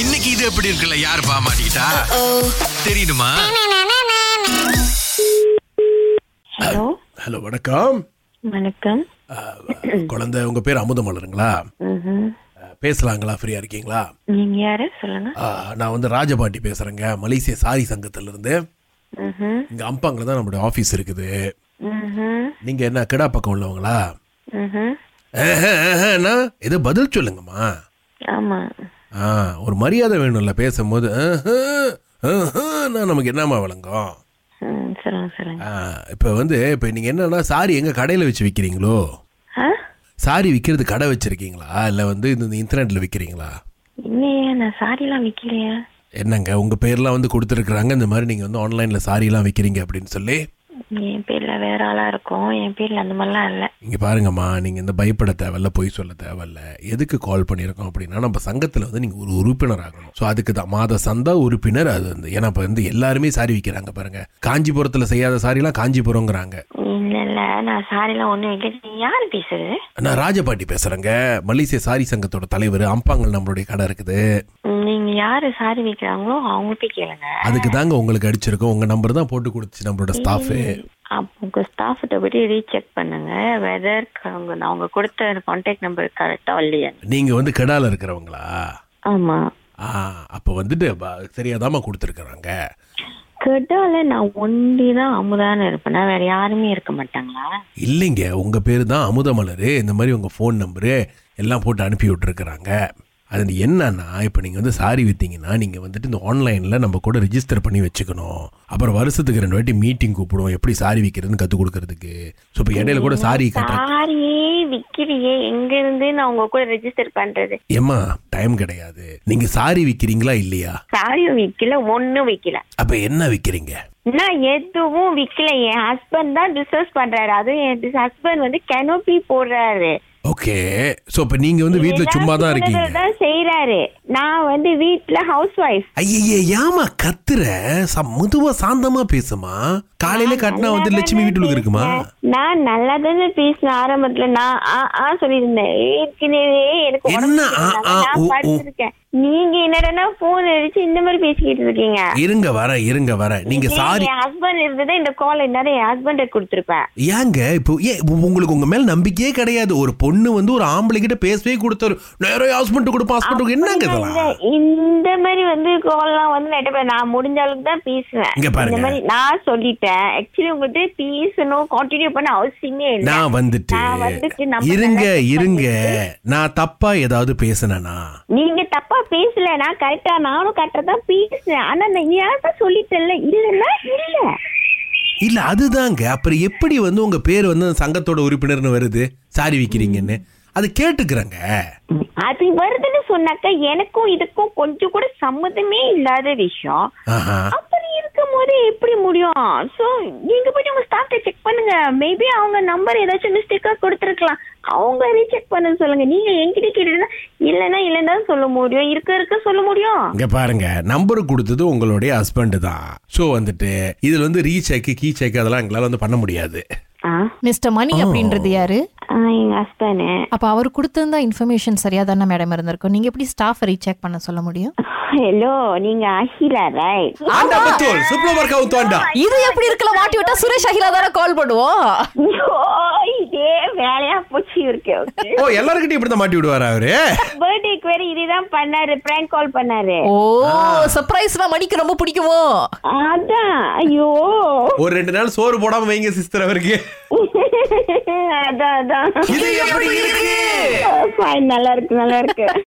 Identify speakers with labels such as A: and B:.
A: இன்னைக்கு இது எப்படி இருக்குல்ல யார் பாமாட்டா தெரியுமா
B: ஹலோ
C: ஹலோ வணக்கம்
B: வணக்கம்
C: குழந்தை உங்க பேர் அமுதமலருங்களா
B: ம்ஹும்.
C: அஹ், பேசலாங்களா ஃப்ரீயா இருக்கீங்களா
B: நீங்க யாரு சொல்லுங்க
C: அஹ், நான் வந்து ராஜபாண்டி பேசுறேங்க மலேசிய சாரி சங்கத்துல இருந்து
B: ம்ஹும்.
C: இங்க அம்பாங்கில தான் நம்மளுடைய ஆபீஸ் இருக்குது
B: ம்ஹும்.
C: நீங்க என்ன கெடா பக்கம் உள்ளவங்களா
B: ம்ஹும்.
C: ஆஹா, ஆஹாண்ணா, ஏதோ பதில் சொல்லுங்கம்மா
B: ஆமா
C: ஆ, ஒரு மரியாதை வேணும்ல பேசும்போது ஆஹா, ஆஹாண்ணா, நமக்கு என்னம்மா விளங்கும்
B: ம், சொல்லுங்க சொல்லுங்க
C: ஆ, இப்ப வந்து இப்ப நீங்க என்னன்னா சாரி எங்க கடையில வச்சு விக்கிறீங்களோ
B: ஆ?
C: சாரி விக்கிறது கடை வச்சிருக்கீங்களா இல்ல வந்து இந்த இன்டர்நெட்ல விக்கிறீங்களா
B: இல்லையே நான் சாரி எல்லாம் விக்கலையே
C: என்னங்க உங்க பேர்லாம் வந்து கொடுத்துருக்குறாங்க இந்த மாதிரி நீங்க வந்து ஆன்லைன்ல சாரிலாம் விக்கிறீங்க அப்படின்னு சொல்லி
B: என் பேர்ல வேற ஆளா இருக்கும் என் பேர்ல அந்த மாதிரிலாம் இல்ல
C: இங்க பாருங்கம்மா நீங்க இந்த பயப்பட தேவையில்ல பொய் சொல்ல தேவையில்ல எதுக்கு கால் பண்ணியிருக்கோம் அப்படின்னா நம்ம சங்கத்துல வந்து நீங்க ஒரு உறுப்பினர் ஆகணும் ஸோ அதுக்கு தான் மாத சந்தா உறுப்பினர் அது வந்து ஏன்னா இப்போ வந்து எல்லாருமே சாரி விற்கிறாங்க பாருங்க காஞ்சிபுரத்துல செய்யாத சாரிலாம் காஞ்சிபுரங்கிறாங்க
B: இல்ல இல்ல நான் சாரி எல்லாம் ஒண்ணும் வைக்கல நீ யாரு பேசுறது
C: நான் ராஜபாட்டி பேசுறேங்க மலேசிய சாரி சங்கத்தோட தலைவர் அம்பாங்கல் நம்மளுடைய கடை இருக்குது
B: நீங்க யாரு சாரி விக்கிறாங்களோ அவங்க போய் கேளுங்க
C: அதுக்கு தாங்க உங்களுக்கு அடிச்சிருக்கோம் உங்க நம்பர் தான் போட்டு கொடுத்துச்சு நம்மளோட ஸ்டாஃபு
B: அப்ப உங்க ஸ்டாஃப்கிட்ட போய் ரீசெக் பண்ணுங்க வெதர் அவங்க அவங்க கொடுத்த கான்டாக்ட் நம்பர் கரெக்டா இல்லையா
C: நீங்க வந்து கெடால இருக்கிறவங்களா
B: ஆமா
C: ஆ அப்போ வந்துட்டு ப- சரியாதாம்மா கொடுத்துருக்குறாங்க
B: கெட்டால நான் ஒண்டி தான் அமுதான்னு இருப்பேனா வேற யாருமே இருக்க மாட்டாங்களா
C: இல்லைங்க உங்கள் பேர் தான் அமுதமலர் இந்த மாதிரி உங்கள் ஃபோன் நம்பரு எல்லாம் போட்டு அனுப்பி விட்டுருக்குறாங்க அது என்னன்னா இப்போ நீங்கள் வந்து சாரி விற்றீங்கன்னா நீங்கள் வந்துட்டு இந்த ஆன்லைனில் நம்ம கூட ரிஜிஸ்டர் பண்ணி வச்சுக்கணும் அப்புறம் வருஷத்துக்கு ரெண்டு வாட்டி மீட்டிங் கூப்பிடுவோம் எப்படி சாரி விற்கிறதுன்னு கற்றுக் கொடுக்கறதுக்கு ஸோ இப்போ இடையில கூட சாரி கட்டுற
B: சாரியே விக்கிறியே எங்க இருந்து நான் உங்க கூட ரெஜிஸ்டர் பண்றது
C: ஏம்மா டைம் கிடையாது நீங்கள் சாரி விற்கிறீங்களா இல்லையா
B: சாரியும் விக்கல ஒண்ணும் விக்கல
C: அப்போ என்ன விற்கிறீங்க
B: நான் எதுவும் விக்கல என் ஹஸ்பண்ட் தான் பிசினஸ் பண்றாரு அதுவும் என் ஹஸ்பண்ட் வந்து கெனோபி போடுறாரு
C: ஓகே ஸோ இப்போ நீங்கள் வந்து வீட்டில் சும்மா தான் இருக்கீங்க
B: தான் செய்யறாரு நான் வந்து வீட்ல ஹவுஸ் ஒய்ஃப்
C: ஐயையே ஏமா கத்துற ச- மெதுவா சாந்தமா பேசுமா காலையில கட்டினா வந்து லட்சுமி வீட்டுக்கு இருக்குமா
B: நான் நல்லா தானே பேசினேன் ஆரம்பத்துல நான் ஆ ஆ சொல்லியிருந்தேன் ஏற்கனவே எனக்கு உடம்பு
C: என்ன ஆ,
B: சரியில்லை.
C: ஆ,
B: நான்
C: ஓ, ஓ.
B: படுத்திருக்கேன் நீங்க என்னடனா போன் அடிச்சு இந்த மாதிரி பேசிக்கிட்டு இருக்கீங்க
C: இருங்க வர இருங்க வர நீங்க
B: இதே
C: சாரி
B: என் ஹஸ்பண்ட் இருந்ததா இந்த கால் இந்நேரம் என் ஹஸ்பண்ட் கொடுத்துருப்பேன்
C: ஏங்க இப்போ ஏ உ- உங்களுக்கு உங்க மேல நம்பிக்கையே கிடையாது ஒரு பொண்ணு வந்து ஒரு ஆம்பளை கிட்ட பேசவே கொடுத்தாரு நேரா ஹஸ்பண்ட் கொடுப்பா ஹஸ்பண்ட் என்னங்க இதெல்லாம்
B: இந்த- இந்த மாதிரி வந்து கால்லாம் வந்து நான் எடுப்பேன். நான் முடிஞ்ச அளவுக்கு தான் பேசுவேன்
C: இங்க பாருங்க.
B: இந்த மாதிரி நான் சொல்லிட்டேன் ஆக்சுவலி உங்ககிட்ட பேசணும் கண்டினியூ பண்ண அவசியமே இல்லை
C: நான் வந்துட்டு
B: நான் வந்துட்டு நம்ம
C: இருங்க
B: நல்லா
C: இருங்க நான் தப்பா ஏதாவது பேசினேனா
B: நீங்க தப்பா பேசல நான் கரெக்டா நானும் கரெக்டா தான் பேசுறேன் ஆனா நான் ஏன் தான் சொல்லிட்டேன்ல இல்லன்னா இல்ல
C: இல்ல அதுதாங்க அப்புறம் எப்படி வந்து உங்க பேர் வந்து அந்த சங்கத்தோட உறுப்பினர்னு வருது சாரி விக்கிறீங்கன்னு அது கேட்டுக்கிறேங்க
B: அது வருதுன்னு சொன்னாக்க எனக்கும் இதுக்கும் கொஞ்சம் கூட சம்மதமே இல்லாத விஷயம்
C: ஆஹா.
B: அப்படி இருக்கும் போது எப்படி முடியும் சோ நீங்க போய் உங்க ஸ்டாஃப்ட செக் பண்ணுங்க மேபி அவங்க நம்பர் ஏதாச்சும் மிஸ்டேக்கா கொடுத்துருக்கலாம் அவங்க ரீசெக் பண்ண சொல்லுங்க நீங்க என்கிட்ட கேட்டுனா இல்லன்னா இல்லன்னா சொல்ல முடியும் இருக்க இருக்க சொல்ல முடியும்
C: இங்க பாருங்க நம்பர் கொடுத்தது உங்களுடைய ஹஸ்பண்ட் தான் ஸோ வந்துட்டு இதுல வந்து ரீசெக் கீ செக் அதெல்லாம் எங்களால வந்து பண்ண முடியாது
B: ஆ,
D: மிஸ்டர் மணி அப்படின்றது யாரு
B: ஆ, எங்க ஹஸ்பண்ட்
D: அப்ப அவர் கொடுத்திருந்தா இன்ஃபர்மேஷன் சரியா தானே மேடம் இருந்திருக்கும் நீங்க எப்படி ஸ்டாஃப் ரீசெக் பண்ண சொல்ல முடியும்
B: ஹலோ நீங்க அகிலா ரைட்
C: ஆண்டா பத்தோல் சுப்ரமர் கவுத்தாண்டா
D: இது எப்படி இருக்கல மாட்டி விட்டா சுரேஷ் அகிலா தானே கால் பண்ணுவோம்
B: ஐயோ, இதே வேலையா போச்சு இருக்கு ஓகே
C: ஓ எல்லாருக்கிட்டையும் இப்படி தான் மாட்டி விடுவாரா அவரு
B: பர்த்டேக்கு வேற இதுதான் பண்ணாரு prank கால் பண்ணாரு
D: ஓ சர்ப்ரைஸ்னா மணிக்கு ரொம்ப பிடிக்குமோ
B: அதான் ஐயோ
C: ஒரு ரெண்டு நாள் சோறு போடாம வைங்க சிஸ்டர் அவருக்கு
B: அதான் அதான்
C: இது எப்படி இருக்கு
B: Fine, நல்லா இருக்கு நல்லா இருக்கு